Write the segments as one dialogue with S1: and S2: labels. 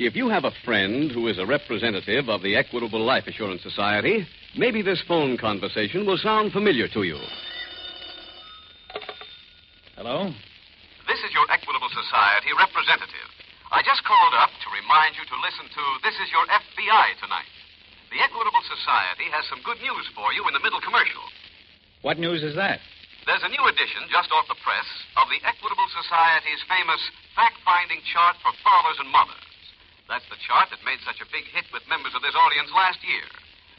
S1: If you have a friend who is a representative of the Equitable Life Assurance Society, maybe this phone conversation will sound familiar to you.
S2: Hello?
S3: This is your Equitable Society representative. I just called up to remind you to listen to This Is Your FBI tonight. The Equitable Society has some good news for you in the middle commercial.
S2: What news is that?
S3: There's a new edition just off the press of the Equitable Society's famous fact finding chart for fathers and mothers. That's the chart that made such a big hit with members of this audience last year.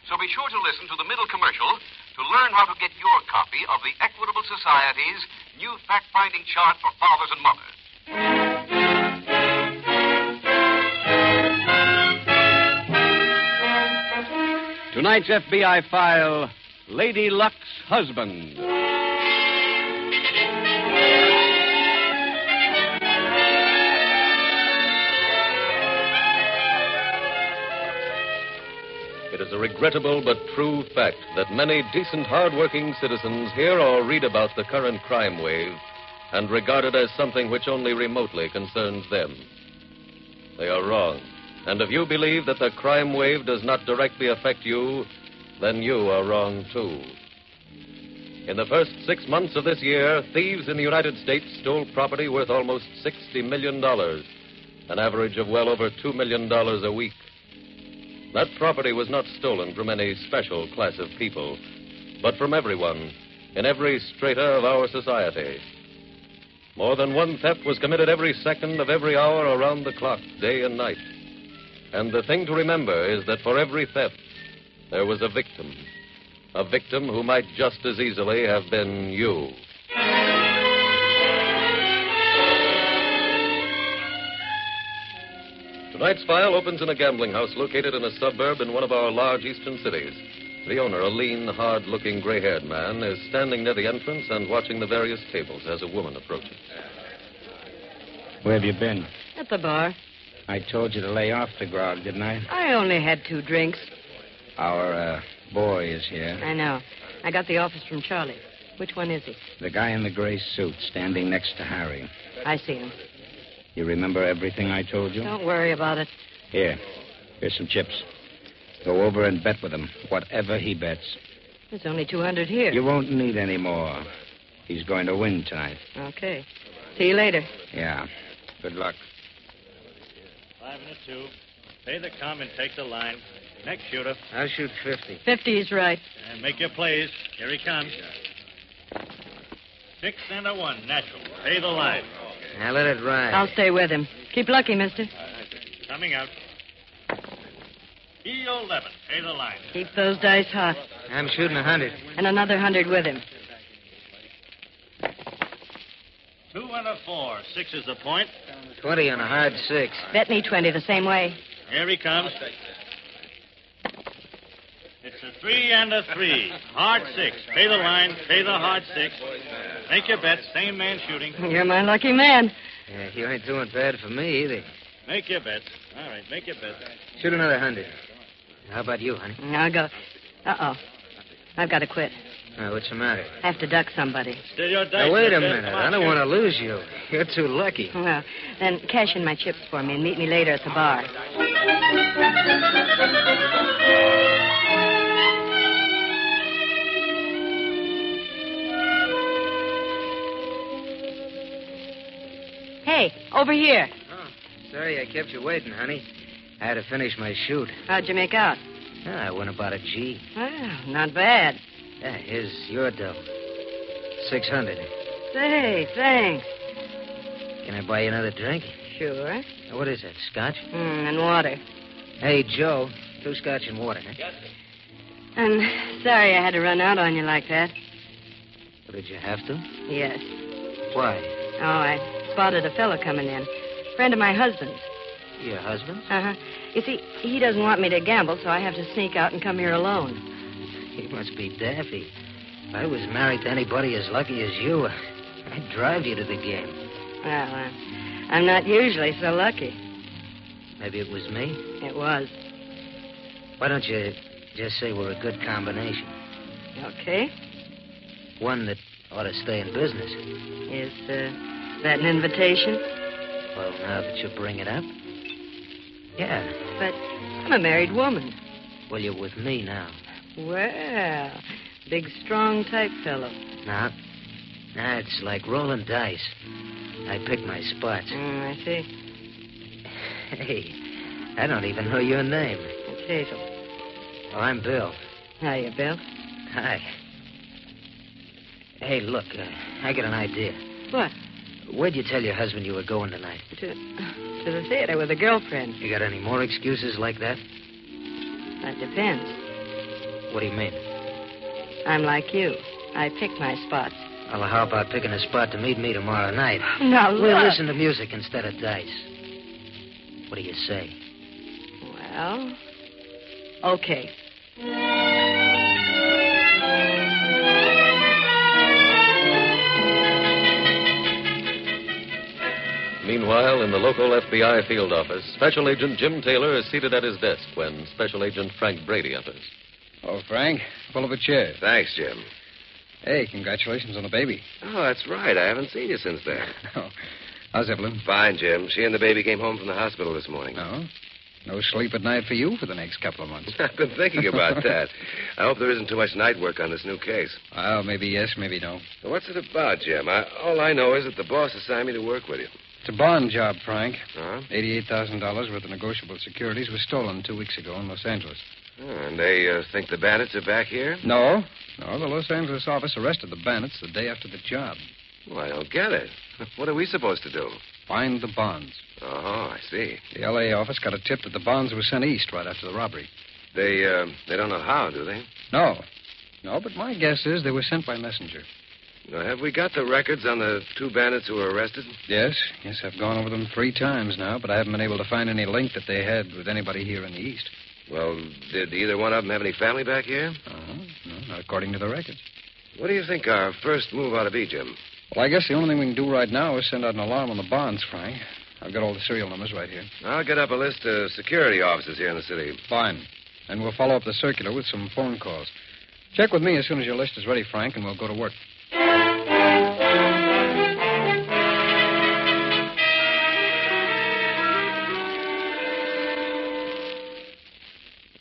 S3: So be sure to listen to the middle commercial to learn how to get your copy of the Equitable Society's new fact finding chart for fathers and mothers.
S1: Tonight's FBI file Lady Luck's Husband.
S4: It is a regrettable but true fact that many decent, hard-working citizens hear or read about the current crime wave and regard it as something which only remotely concerns them. They are wrong. And if you believe that the crime wave does not directly affect you, then you are wrong too. In the first six months of this year, thieves in the United States stole property worth almost $60 million, an average of well over $2 million a week. That property was not stolen from any special class of people, but from everyone, in every strata of our society. More than one theft was committed every second of every hour around the clock, day and night. And the thing to remember is that for every theft, there was a victim. A victim who might just as easily have been you. Tonight's file opens in a gambling house located in a suburb in one of our large eastern cities. The owner, a lean, hard looking, gray haired man, is standing near the entrance and watching the various tables as a woman approaches.
S2: Where have you been?
S5: At the bar.
S2: I told you to lay off the grog, didn't I?
S5: I only had two drinks.
S2: Our uh, boy is here.
S5: I know. I got the office from Charlie. Which one is he?
S2: The guy in the gray suit standing next to Harry.
S5: I see him.
S2: You remember everything I told you?
S5: Don't worry about it.
S2: Here. Here's some chips. Go over and bet with him, whatever he bets.
S5: There's only 200 here.
S2: You won't need any more. He's going to win tonight.
S5: Okay. See you later.
S2: Yeah. Good luck.
S6: Five and a two. Pay the come and take the line. Next shooter.
S7: I'll shoot 50.
S5: 50 is right.
S6: And make your plays. Here he comes. Six and a one, natural. Pay the line.
S7: Now let it ride.
S5: I'll stay with him. Keep lucky, mister.
S6: Coming out. E eleven. Pay the line.
S5: Keep those dice hot.
S7: I'm shooting 100.
S5: And another 100 with him.
S6: Two and a four. Six is the point.
S7: 20 on a hard six.
S5: Bet me 20 the same way.
S6: Here he comes. It's a three and a three. Hard six. Pay the line. Pay the hard six. Make your bet. Same man shooting.
S5: You're my lucky man.
S7: Yeah, you ain't doing bad for me either.
S6: Make your bets. All right, make your bets.
S7: Shoot another 100. How about you, honey?
S5: I'll go. Uh oh. I've got to quit.
S7: Uh, what's the matter?
S5: Have to duck somebody.
S6: Still your dice.
S7: Now, wait a
S6: mister.
S7: minute.
S6: Come
S7: I
S6: on,
S7: don't
S6: shoot.
S7: want to lose you. You're too lucky.
S5: Well, then cash in my chips for me and meet me later at the bar. Hey, over here.
S7: Oh, sorry I kept you waiting, honey. I had to finish my shoot.
S5: How'd you make out?
S7: Ah, I won about a G.
S5: Well, not bad.
S7: Yeah, here's your double. 600.
S5: Say, thanks.
S7: Can I buy you another drink?
S5: Sure.
S7: What is that, scotch?
S5: Mm, and water.
S7: Hey, Joe. Two scotch and water, huh?
S5: I'm sorry I had to run out on you like that.
S7: Did you have to?
S5: Yes.
S7: Why?
S5: Oh, I spotted a fellow coming in. Friend of my husband's.
S7: Your husband?
S5: Uh huh. You see, he doesn't want me to gamble, so I have to sneak out and come here alone.
S7: He must be daffy. If I was married to anybody as lucky as you, I'd drive you to the game.
S5: Well, uh, I'm not usually so lucky.
S7: Maybe it was me.
S5: It was.
S7: Why don't you just say we're a good combination?
S5: Okay.
S7: One that ought to stay in business.
S5: Is uh, that an invitation?
S7: Well, now that you bring it up. Yeah.
S5: But I'm a married woman.
S7: Well, you're with me now.
S5: Well, big, strong type fellow.
S7: Nah. Nah, it's like rolling dice. I pick my spots.
S5: Mm, I see.
S7: Hey, I don't even know your name.
S5: It's Hazel.
S7: Oh, I'm Bill.
S5: Hiya, Bill.
S7: Hi. Hey, look, uh, I got an idea.
S5: What?
S7: Where'd you tell your husband you were going tonight?
S5: To, to the theater with a girlfriend.
S7: You got any more excuses like that?
S5: That depends.
S7: What do you mean?
S5: I'm like you. I pick my spots.
S7: Well, how about picking a spot to meet me tomorrow night?
S5: Now,
S7: We'll
S5: Oh, look.
S7: listen to music instead of dice. What do you say?
S5: Well, okay.
S4: Meanwhile, in the local FBI field office, Special Agent Jim Taylor is seated at his desk when Special Agent Frank Brady enters.
S2: Oh, Frank, pull up a chair.
S8: Thanks, Jim.
S2: Hey, congratulations on the baby. Oh,
S8: Oh, that's right. I haven't seen you since then.
S2: How's Evelyn?
S8: Fine, Jim. She and the baby came home from the hospital this morning.
S2: No. No sleep at night for you for the next couple of months.
S8: I've been thinking about that. I hope there isn't too much night work on this new case.
S2: Well, maybe yes, maybe no.
S8: What's it about, Jim? I, all I know is that the boss assigned me to work with you.
S2: It's a bond job, Frank.
S8: Huh?
S2: $88,000 worth of negotiable securities was stolen two weeks ago in Los Angeles.
S8: Oh, and they uh, think the bandits are back here?
S2: No. No, the Los Angeles office arrested the bandits the day after the job.
S8: Well, I don't get it. What are we supposed to do?
S2: Find the bonds.
S8: Oh, I see.
S2: The L.A. office got a tip that the bonds were sent east right after the robbery.
S8: They uh, they don't know how, do they?
S2: No. No, but my guess is they were sent by messenger.
S8: Now, have we got the records on the two bandits who were arrested?
S2: Yes, yes, I've gone over them three times now, but I haven't been able to find any link that they had with anybody here in the East.
S8: Well, did either one of them have any family back here?
S2: Uh-huh. No, not according to the records.
S8: What do you think our first move ought to be, Jim?
S2: Well, I guess the only thing we can do right now is send out an alarm on the bonds, Frank. I've got all the serial numbers right here.
S8: I'll get up a list of security officers here in the city.
S2: Fine. And we'll follow up the circular with some phone calls. Check with me as soon as your list is ready, Frank, and we'll go to work.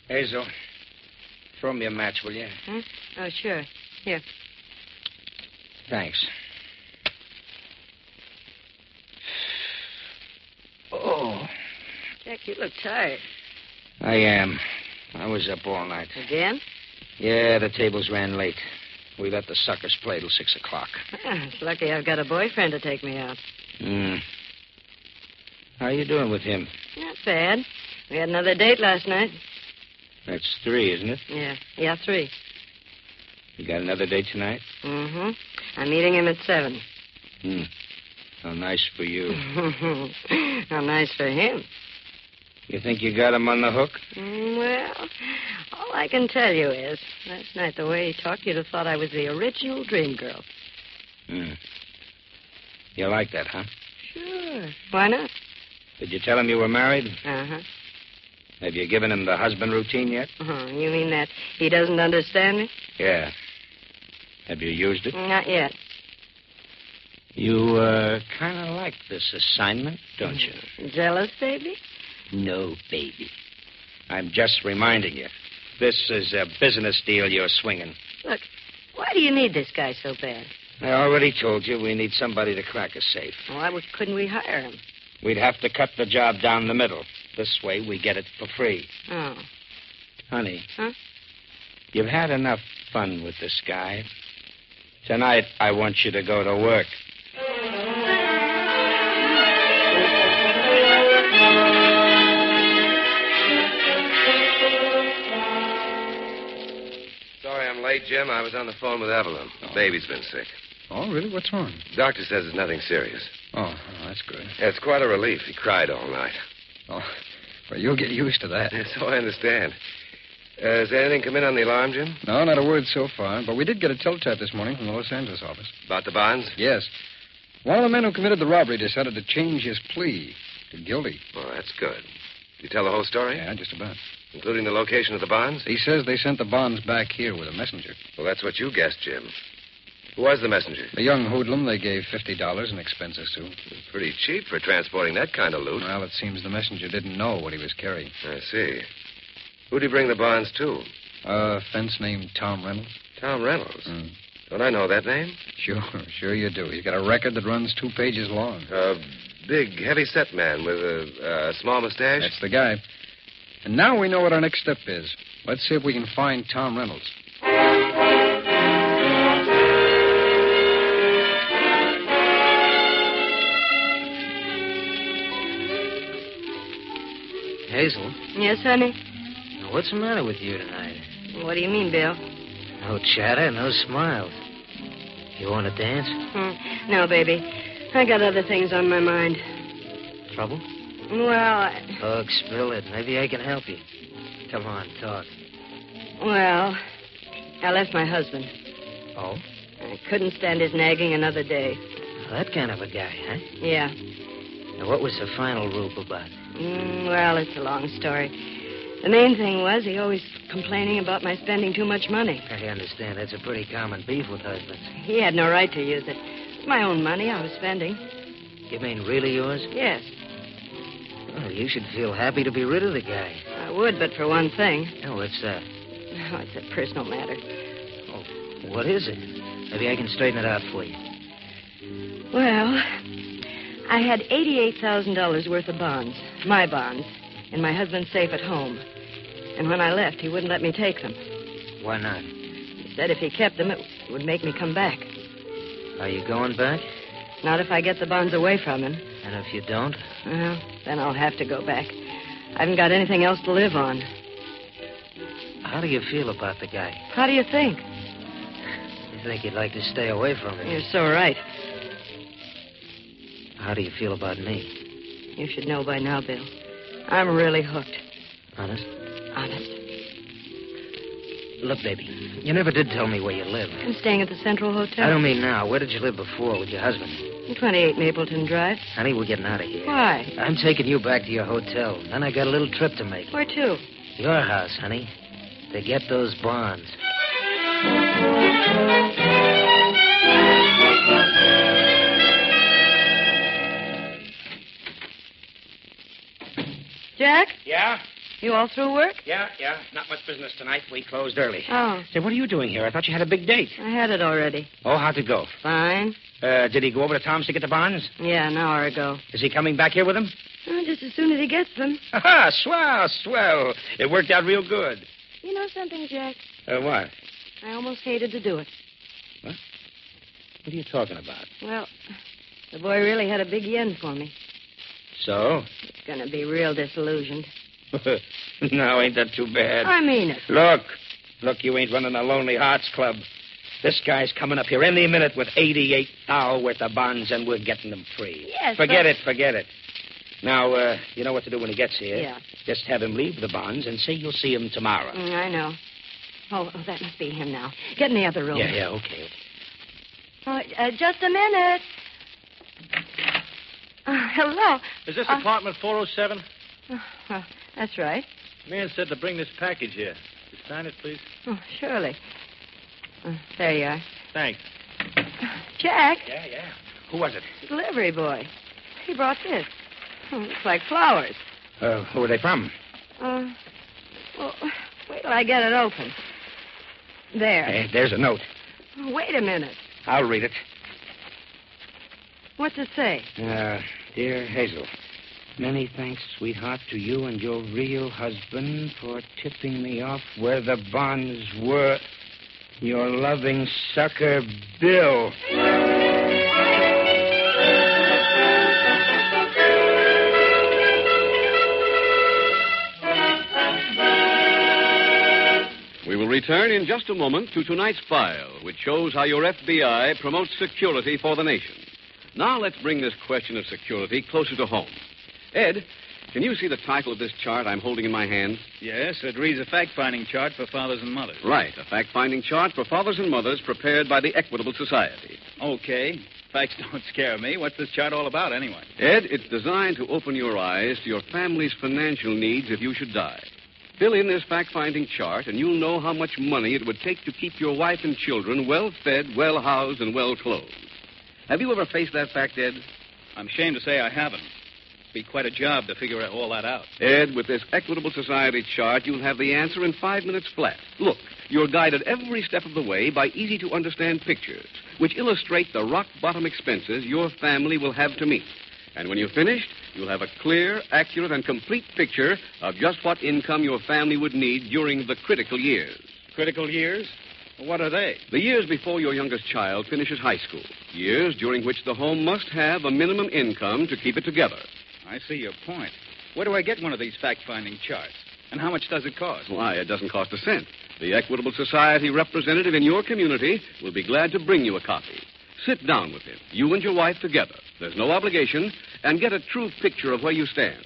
S7: Hazel, throw me a match, will you?
S5: Oh, sure.
S7: Thanks. Oh,
S5: Jack, you look tired.
S7: I am. I was up all night.
S5: Again?
S7: Yeah, the tables ran late. We let the suckers play till six o'clock.
S5: it's lucky I've got a boyfriend to take me out.
S7: Hmm. How you doing with him?
S5: Not bad. We had another date last night.
S7: That's three, isn't it?
S5: Yeah. Yeah, three.
S7: You got another date tonight?
S5: Mm-hmm. I'm meeting him at seven.
S7: Hmm. How nice for you.
S5: How nice for him.
S7: You think you got him on the hook?
S5: Mm, Well, all I can tell you is, last night the way he talked, you'd have thought I was the original dream girl.
S7: Hmm. You like that, huh?
S5: Sure. Why not?
S7: Did you tell him you were married?
S5: Uh-huh.
S7: Have you given him the husband routine yet?
S5: Oh, you mean that he doesn't understand me?
S7: Yeah. Have you used it?
S5: Not yet.
S7: You, uh, kind of like this assignment, don't you?
S5: Jealous, baby?
S7: No, baby. I'm just reminding you. This is a business deal you're swinging.
S5: Why do you need this guy so bad?
S7: I already told you we need somebody to crack a safe.
S5: Why would, couldn't we hire him?
S7: We'd have to cut the job down the middle. This way we get it for free.
S5: Oh,
S7: Honey.
S5: Huh?
S7: You've had enough fun with this guy. Tonight I want you to go to work.
S8: Sorry I'm late, Jim. I was on the phone with Evelyn. The baby's been sick.
S1: Oh, really? What's wrong?
S4: Doctor says it's nothing serious.
S1: Oh, oh, that's good.
S4: Yeah, it's quite a relief. He cried all night.
S1: Oh, well, you'll get used to that.
S4: So oh, I understand. Uh, has anything come in on the alarm, Jim?
S1: No, not a word so far. But we did get a teletype this morning from the Los Angeles office.
S4: About the bonds?
S1: Yes. One of the men who committed the robbery decided to change his plea to guilty.
S4: Well, that's good. You tell the whole story,
S1: Yeah, just about.
S4: including the location of the bonds?
S1: He says they sent the bonds back here with a messenger.
S4: Well, that's what you guessed, Jim. Who was the messenger?
S1: The young hoodlum they gave $50 in expenses to.
S4: Pretty cheap for transporting that kind of loot.
S1: Well, it seems the messenger didn't know what he was carrying.
S4: I see. Who'd he bring the bonds to?
S1: A fence named Tom Reynolds?
S4: Tom Reynolds.
S1: Hmm.
S4: Don't I know that name?
S1: Sure, sure you do. He's got a record that runs two pages long.
S4: A big, heavy-set man with a, a small mustache.
S1: That's the guy. And now we know what our next step is. Let's see if we can find Tom Reynolds.
S9: Hazel,
S5: Yes, honey?
S9: what's the matter with you tonight?
S5: What do you mean, Bill?
S9: No chatter, no smiles. You want to dance?
S5: Hmm. No, baby. I got other things on my mind.
S9: Trouble?
S5: Well, I,
S9: Talk, spill it. Maybe I can help you. Come on, talk.
S5: well, I left my husband.
S9: Oh?
S5: I couldn't stand his nagging another day.
S9: That kind of a guy, huh?
S5: Yeah.
S9: Now, what was the final rule about?
S5: Mm, well, it's a long story. The main thing was he always complaining about my spending too much money.
S9: I understand that's a pretty common beef with husbands.
S5: He had no right to use it. My own money I was spending.
S9: You mean really yours?
S5: Yes,
S9: Well, you should feel happy to be rid of the guy.
S5: I would, but for one thing.
S9: Oh, what's that? Oh,
S5: Oh, it's a personal matter.
S9: What is it? Maybe I can straighten it out for you.
S5: Well, I had $88,000 worth of bonds, my bonds, in my husband's safe at home. And when I left, he wouldn't let me take them.
S9: Why not?
S5: He said if he kept them, it would make me come back.
S9: Are you going back?
S5: Not if I get the bonds away from him.
S9: And if you don't,
S5: Well, then I'll have to go back. I haven't got anything else to live on.
S9: how do you feel about the guy?
S5: How do you think?
S9: You think you'd like to stay away from him?
S5: You're so right.
S9: How do you feel about me?
S5: You should know by now, Bill. I'm really hooked.
S9: Honest?
S5: Honest.
S9: Look, baby, you never did tell me where you live.
S5: I'm staying at the Central Hotel.
S9: I don't mean now. Where did you live before with your husband?
S5: 28 Mapleton Drive.
S9: Honey, we're getting out of here.
S5: Why?
S9: I'm taking you back to your hotel. Then I got a little trip to make.
S5: Where to?
S9: Your house, honey. To get those bonds.
S5: Jack?
S7: Yeah,
S5: You all through work?
S7: yeah, yeah. Not much business tonight. We closed early.
S5: Oh,
S7: Say, what are you doing here? I thought you had a big date.
S5: I had it already.
S7: Oh, how'd it go?
S5: Fine.
S7: Uh, did he go over to Tom's to get the bonds?
S5: Yeah, an hour ago.
S7: Is he coming back here with him?
S5: Oh, just as soon as he gets them.
S7: Ha Swell, swell. It worked out real good.
S5: You know something, Jack?
S7: Uh, what?
S5: I almost hated to do it.
S7: What are you talking about?
S5: Well, the boy really had a big yen for me.
S7: So?
S5: He's going to be real disillusioned.
S7: no, ain't that too bad?
S5: I mean it.
S7: Look, look, you ain't running a Lonely Hearts Club. This guy's coming up here any minute with 88 thou worth of bonds, and we're getting them free.
S5: Yes,
S7: Forget
S5: but-
S7: it, forget it. Now, uh, you know what to do when he gets here.
S5: Yeah.
S7: Just have him leave the bonds and say you'll see him tomorrow.
S5: Mm, I know. Oh, oh, that must be him now. Get in the other room.
S7: Yeah, yeah, okay.
S5: Oh, uh, just a minute. Uh, hello.
S6: Is this
S5: Uh,
S6: apartment 407?
S5: Uh, that's right.
S6: Man said to bring this package here. You sign it, please.
S5: Oh, surely. Uh, there you are.
S6: Thanks.
S5: Jack,
S7: Yeah, yeah. Who was it?
S5: delivery boy. He brought this. Oh, looks like flowers.
S7: Uh, who were they from?
S5: Uh, well, wait till I get it open. There.
S7: Hey, Eh, there's a note.
S5: Wait a minute.
S7: I'll read it.
S5: What's it say?
S7: Uh, dear Hazel, many thanks, sweetheart, to you and your real husband for tipping me off where the bonds were. Your loving sucker, Bill.
S10: We
S1: will return in just a moment to tonight's file, which shows how your FBI promotes security for the nation. Now let's bring this question of security closer to home. Ed, can you see the title of this chart I'm holding in my hand?
S11: Yes, it reads a fact finding chart for fathers and mothers.
S1: Right, a fact finding chart for fathers and mothers prepared by the Equitable Society.
S11: Okay. Facts don't scare me. What's this chart all about, anyway?
S1: Ed, it's designed to open your eyes to your family's financial needs if you should die. Fill in this fact finding chart, and you'll know how much money it would take to keep your wife and children well fed, well housed, and well clothed. Have you ever faced that fact, Ed?
S11: I'm ashamed to say I haven't. It'd be quite a job to figure all that out.
S1: Ed, with this Equitable Society chart, you'll have the answer in five minutes flat. Look, you're guided every step of the way by easy to understand pictures, which illustrate the rock bottom expenses your family will have to meet. And when you've finished, you'll have a clear, accurate, and complete picture of just what income your family would need during the critical years.
S11: Critical years? What are they?
S1: The years before your youngest child finishes high school, years during which the home must have a minimum income to keep it together.
S11: I see your point. Where do I get one of these fact finding charts? And how much does it cost?
S1: Why, it doesn't cost a cent. The Equitable Society representative in your community will be glad to bring you a copy. Sit down with him, you and your wife together. There's no obligation, and get a true picture of where you stand.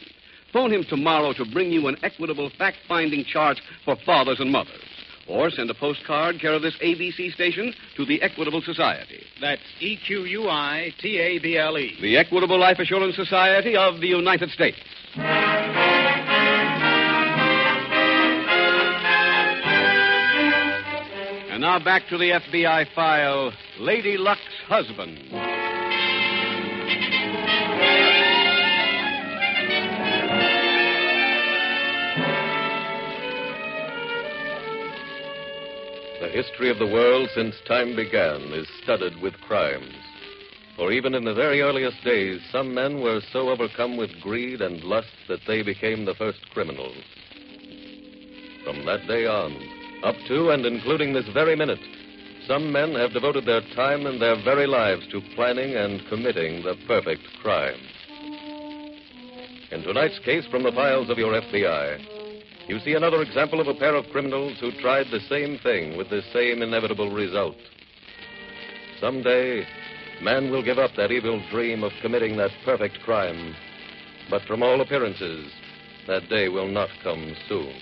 S1: Phone him tomorrow to bring you an equitable fact finding chart for fathers and mothers. Or send a postcard care of this ABC station to the Equitable Society.
S11: That's E Q U I T A B L E.
S1: The Equitable Life Assurance Society of the United States. And now back to the FBI file Lady Luck's husband.
S4: The history of the world since time began is studded with crimes. For even in the very earliest days, some men were so overcome with greed and lust that they became the first criminals. From that day on, up to and including this very minute, some men have devoted their time and their very lives to planning and committing the perfect crime. In tonight's case from the files of your FBI, you see another example of a pair of criminals who tried the same thing with the same inevitable result. Someday, man will give up that evil dream of committing that perfect crime, but from all appearances, that day will not come soon.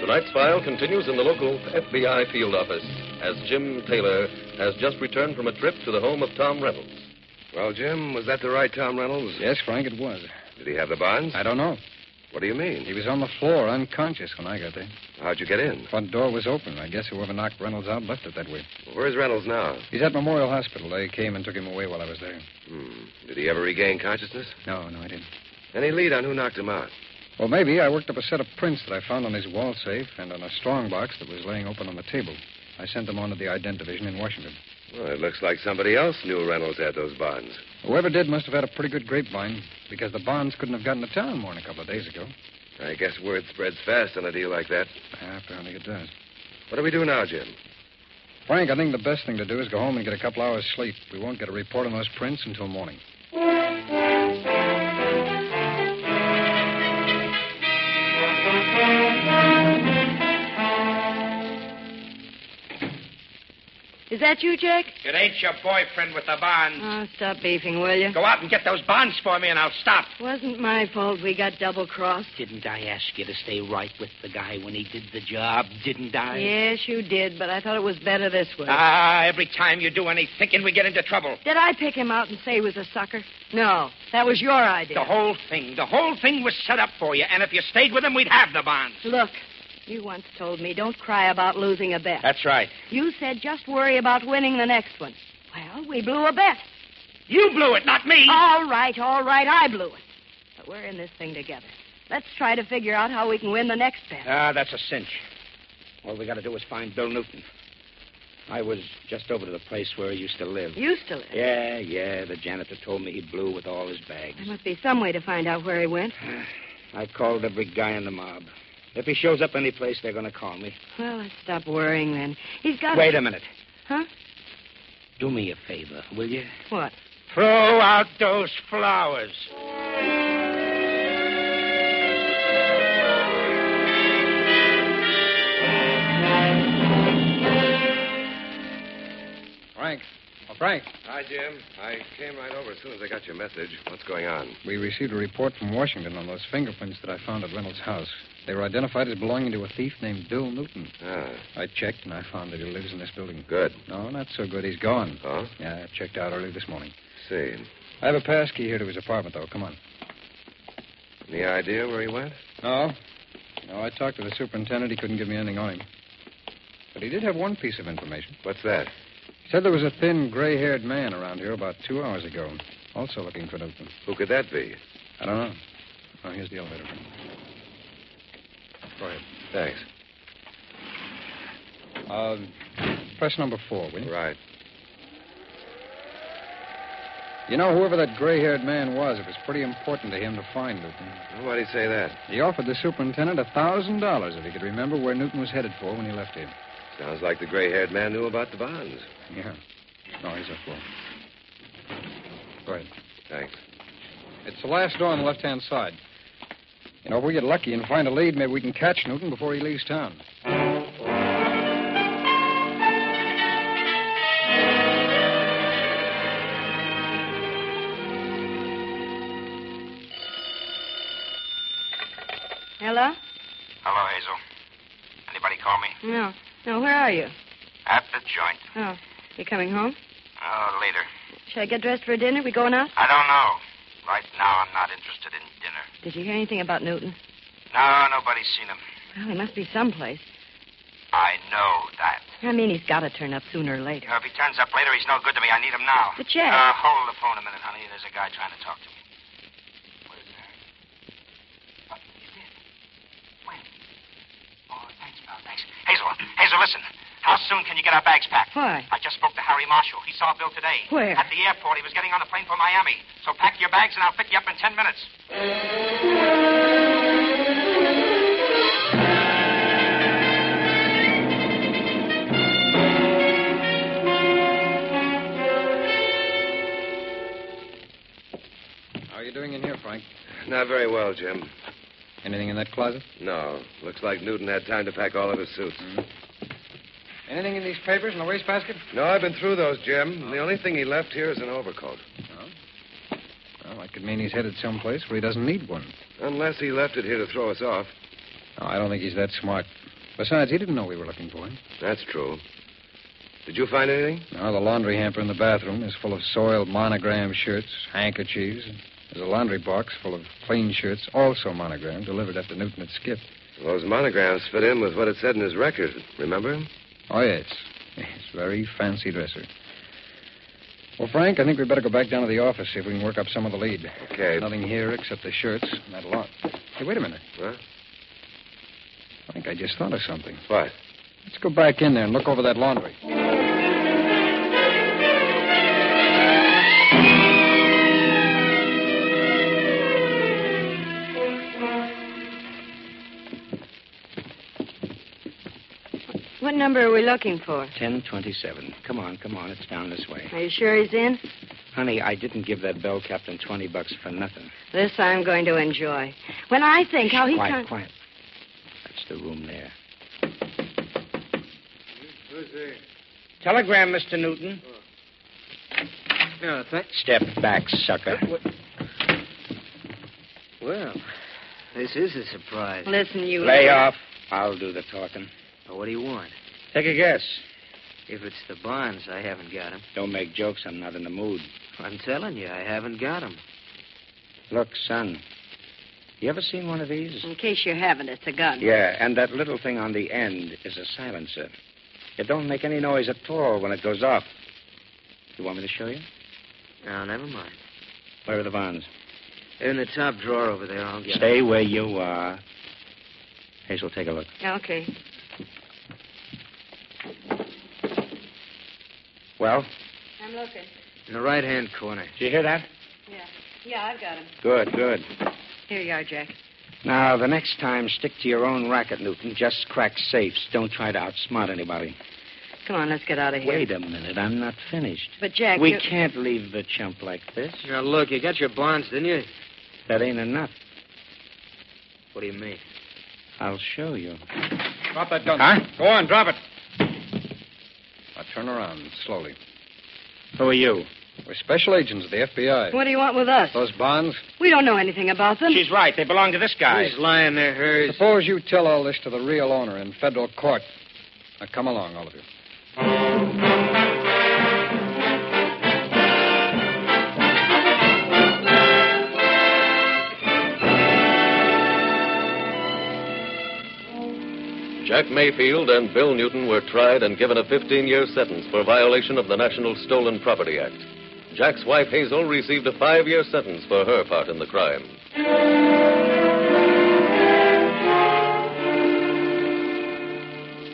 S4: Tonight's file continues in the local FBI field office as Jim Taylor has just returned from a trip to the home of Tom Reynolds.
S8: Well, Jim, was that the right Tom Reynolds?
S12: Yes, Frank, it was.
S8: Did he have the bonds?
S12: I don't know.
S8: What do you mean?
S12: He was on the floor, unconscious, when I got there.
S8: How'd you get in?
S12: Front door was open. I guess whoever knocked Reynolds out left it that way.
S8: Well, where's Reynolds now?
S12: He's at Memorial Hospital. They came and took him away while I was there.
S8: Hmm. Did he ever regain consciousness?
S12: No, no, I didn't.
S8: Any lead on who knocked him out?
S12: Well, maybe. I worked up a set of prints that I found on his wall safe and on a strong box that was laying open on the table. I sent them on to the ident division in Washington.
S8: Well, it looks like somebody else knew Reynolds had those bonds.
S12: Whoever did must have had a pretty good grapevine because the bonds couldn't have gotten to town more than a couple of days ago.
S8: I guess word spreads fast on a deal like that.
S12: Yeah, apparently it does.
S8: What do we do now, Jim?
S12: Frank, I think the best thing to do is go home and get a couple hours sleep. We won't get a report on those prints until morning.
S5: Is that you, Jack?
S13: It ain't your boyfriend with the bonds.
S5: Oh, stop beefing, will you?
S13: Go out and get those bonds for me, and I'll stop.
S5: Wasn't my fault we got double crossed.
S7: Didn't I ask you to stay right with the guy when he did the job? Didn't I?
S5: Yes, you did, but I thought it was better this way.
S13: Ah, every time you do any thinking, we get into trouble.
S5: Did I pick him out and say he was a sucker? No, that was your idea.
S13: The whole thing, the whole thing was set up for you, and if you stayed with him, we'd have the bonds.
S5: Look, you once told me don't cry about losing a bet.
S13: That's right.
S5: You said just worry about winning the next one. Well, we blew a bet.
S13: You blew it, not me.
S5: All right, all right, I blew it. But we're in this thing together. Let's try to figure out how we can win the next bet.
S13: Ah, that's a cinch. All we got to do is find Bill Newton. I was just over to the place where he used to live.
S5: Used to live?
S13: Yeah, yeah. The janitor told me he blew with all his bags.
S5: There must be some way to find out where he went.
S13: I called every guy in the mob. If he shows up any place, they're going to call me.
S5: Well, let's stop worrying then. He's got.
S13: Wait a minute.
S5: Huh?
S7: Do me a favor, will you?
S5: What?
S13: Throw out those flowers.
S14: Frank. Oh, Frank.
S1: Hi, Jim. I came right over as soon as I got your message. What's going on?
S12: We received a report from Washington on those fingerprints that I found at Reynolds' house. They were identified as belonging to a thief named Bill Newton.
S1: Ah.
S12: I checked, and I found that he lives in this building.
S1: Good.
S12: No, not so good. He's gone.
S1: Huh?
S12: Yeah, I checked out early this morning.
S1: See.
S12: I have a pass key here to his apartment, though. Come on.
S1: Any idea where he went? Oh?
S12: No? No, I talked to the superintendent. He couldn't give me anything on him. But he did have one piece of information.
S1: What's that?
S12: He said there was a thin, gray haired man around here about two hours ago, also looking for Newton.
S1: Who could that be?
S12: I don't know. Oh, here's the elevator. Go ahead.
S1: Thanks.
S12: Uh, press number four, will you?
S1: Right.
S12: You know, whoever that gray haired man was, it was pretty important to him to find Newton.
S1: Why'd he say that?
S12: He offered the superintendent a $1,000 if he could remember where Newton was headed for when he left here.
S1: Sounds like the gray haired man knew about the bonds.
S12: Yeah. No, he's up for Go ahead.
S1: Thanks.
S12: It's the last door on the left hand side. You know, if we get lucky and find a lead, maybe we can catch Newton before he leaves town.
S5: Hello?
S15: Hello, Hazel. Anybody call me?
S5: No. No, where are you?
S15: At the joint.
S5: Oh, you coming home?
S15: Oh, later.
S5: Should I get dressed for dinner? We going out?
S15: I don't know. Right now, I'm not interested in dinner.
S5: Did you hear anything about Newton?
S15: No, nobody's seen him.
S5: Well, he must be someplace.
S15: I know that.
S5: I mean, he's got to turn up sooner or later.
S15: You know, if he turns up later, he's no good to me. I need him now.
S5: But, Jack-
S15: Uh, hold the phone a minute, honey. There's a guy trying to talk to me. What is that? Oh, he did. Wait. Oh, thanks, pal. Thanks. Hazel, Hazel, listen. How soon can you get our bags packed?
S5: Why?
S15: I just spoke to Harry Marshall. He saw Bill today.
S5: Where?
S15: At the airport. He was getting on a plane for Miami. So pack your bags, and I'll pick you up in ten minutes.
S12: How are you doing in here, Frank?
S1: Not very well, Jim.
S12: Anything in that closet?
S1: No. Looks like Newton had time to pack all of his suits.
S12: Mm-hmm. Anything in these papers in the wastebasket?
S1: No, I've been through those, Jim. The only thing he left here is an overcoat.
S12: Oh. Well, that could mean he's headed someplace where he doesn't need one.
S1: Unless he left it here to throw us off.
S12: No, I don't think he's that smart. Besides, he didn't know we were looking for him.
S1: That's true. Did you find anything?
S12: Now, the laundry hamper in the bathroom is full of soiled monogram shirts, handkerchiefs. There's a laundry box full of clean shirts, also monogrammed, delivered after Newton had skipped.
S1: Those monograms fit in with what it said in his record. Remember?
S12: Oh, yes. Yes, very fancy dresser. Well, Frank, I think we'd better go back down to the office, see if we can work up some of the lead.
S1: Okay.
S12: Nothing here except the shirts and that lot. Hey, wait a minute.
S1: Huh?
S12: I think I just thought of something.
S1: What?
S12: Let's go back in there and look over that laundry.
S5: What number are we looking for?
S7: 1027. Come on, come on. It's down this way.
S5: Are you sure he's in?
S7: Honey, I didn't give that bell captain 20 bucks for nothing.
S5: This I'm going to enjoy. When I think how he
S7: quiet,
S5: con-
S7: quiet. That's the room there.
S16: Telegram, Mr. Newton.
S17: Oh,
S7: No, thanks. Step back, sucker.
S17: Well, this is a surprise.
S5: Listen, you.
S7: Lay
S5: idiot.
S7: off. I'll do the talking.
S17: Now, what do you want?
S7: Take a guess.
S17: If it's the bonds, I haven't got 'em.
S7: Don't make jokes. I'm not in the mood.
S17: I'm telling you, I haven't got 'em.
S7: Look, son. You ever seen one of these?
S5: In case you haven't, it's a gun.
S7: Yeah, and that little thing on the end is a silencer. It don't make any noise at all when it goes off. You want me to show you?
S17: Now, never mind.
S7: Where are the bonds?
S17: They're in the top drawer over there. I'll get 'em.
S7: Stay where you are. Hazel, take a look.
S5: Okay.
S7: Well,
S5: I'm looking.
S17: In the right hand corner.
S7: did you hear that?
S5: Yeah. Yeah, I've got him.
S7: Good, good.
S5: Here you are, Jack.
S7: Now, the next time, stick to your own racket, Newton. Just crack safes. Don't try to outsmart anybody.
S5: Come on, let's get out of here.
S7: Wait a minute. I'm not finished.
S5: But, Jack.
S7: we
S5: you-
S7: can't leave the chump like this.
S17: Now, look, you got your bonds, didn't you?
S7: That ain't enough.
S17: What do you mean?
S7: I'll show you.
S12: Drop that gun.
S7: Huh?
S12: Go on, drop it. Now turn around slowly.
S18: Who are you?
S12: We're special agents of the FBI.
S5: What do you want with us?
S12: Those bonds?
S5: We don't know anything about them.
S13: She's right. They belong to this guy.
S12: He's lying there, hers. Suppose you tell all this to the real owner in federal court. Now, come along, all of you.
S4: Jack Mayfield and Bill Newton were tried and given a 15 year sentence for violation of the National Stolen Property Act. Jack's wife Hazel received a five year sentence for her part in the crime.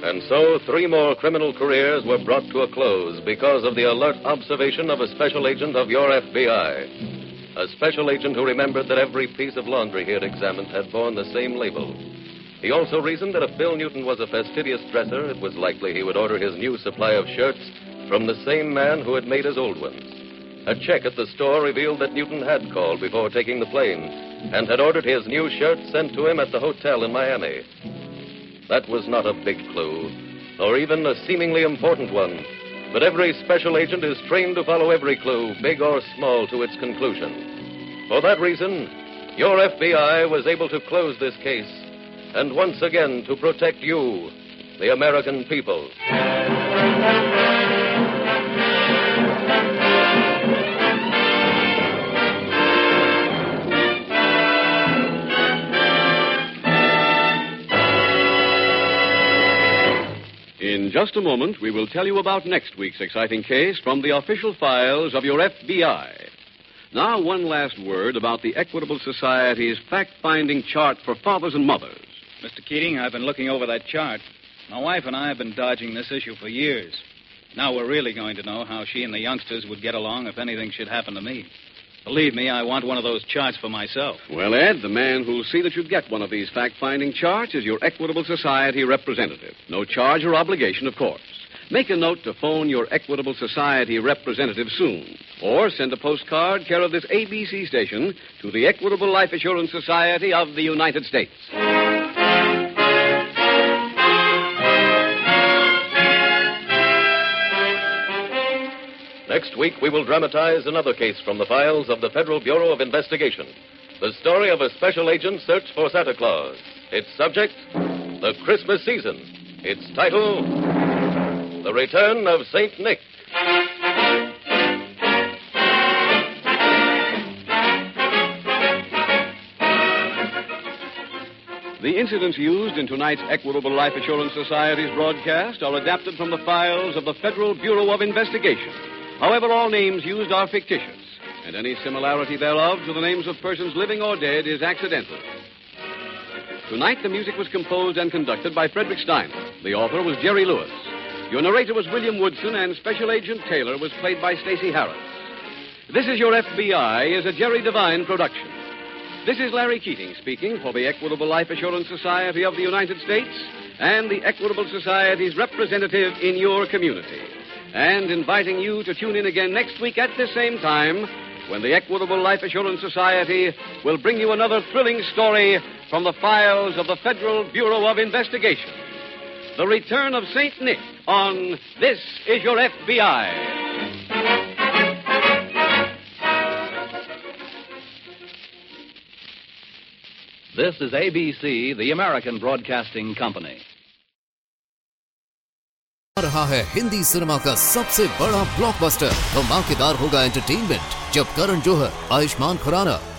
S4: And so, three more criminal careers were brought to a close because of the alert observation of a special agent of your FBI. A special agent who remembered that every piece of laundry he had examined had borne the same label. He also reasoned that if Bill Newton was a fastidious dresser, it was likely he would order his new supply of shirts from the same man who had made his old ones. A check at the store revealed that Newton had called before taking the plane and had ordered his new shirt sent to him at the hotel in Miami. That was not a big clue, or even a seemingly important one, but every special agent is trained to follow every clue, big or small, to its conclusion. For that reason, your FBI was able to close this case and once again to protect you, the American people.
S1: In just a moment, we will tell you about next week's exciting case from the official files of your FBI. Now, one last word about the Equitable Society's fact finding chart for fathers and mothers.
S11: Mr. Keating, I've been looking over that chart. My wife and I have been dodging this issue for years. Now we're really going to know how she and the youngsters would get along if anything should happen to me. Believe me, I want one of those charts for myself.
S1: Well, Ed, the man who'll see that you get one of these fact finding charts is your Equitable Society representative. No charge or obligation, of course. Make a note to phone your Equitable Society representative soon, or send a postcard care of this ABC station to the Equitable Life Assurance Society of the United States.
S4: Next week, we will dramatize another case from the files of the Federal Bureau of Investigation. The story of a special agent search for Santa Claus. Its subject, the Christmas season. Its title, The Return of St. Nick.
S1: The incidents used in tonight's Equitable Life Assurance Society's broadcast are adapted from the files of the Federal Bureau of Investigation. However, all names used are fictitious, and any similarity thereof to the names of persons living or dead is accidental. Tonight, the music was composed and conducted by Frederick Steiner. The author was Jerry Lewis. Your narrator was William Woodson, and Special Agent Taylor was played by Stacey Harris. This is Your FBI is a Jerry Devine production. This is Larry Keating speaking for the Equitable Life Assurance Society of the United States and the Equitable Society's representative in your community. And inviting you to tune in again next week at the same time when the Equitable Life Assurance Society will bring you another thrilling story from the files of the Federal Bureau of Investigation. The Return of St. Nick on This Is Your FBI.
S19: This is ABC, the American Broadcasting Company.
S20: आ रहा है Hindi cinema का सबसे बड़ा blockbuster धमाकेदार होगा entertainment जब करण जोहर आयुष्मान खुराना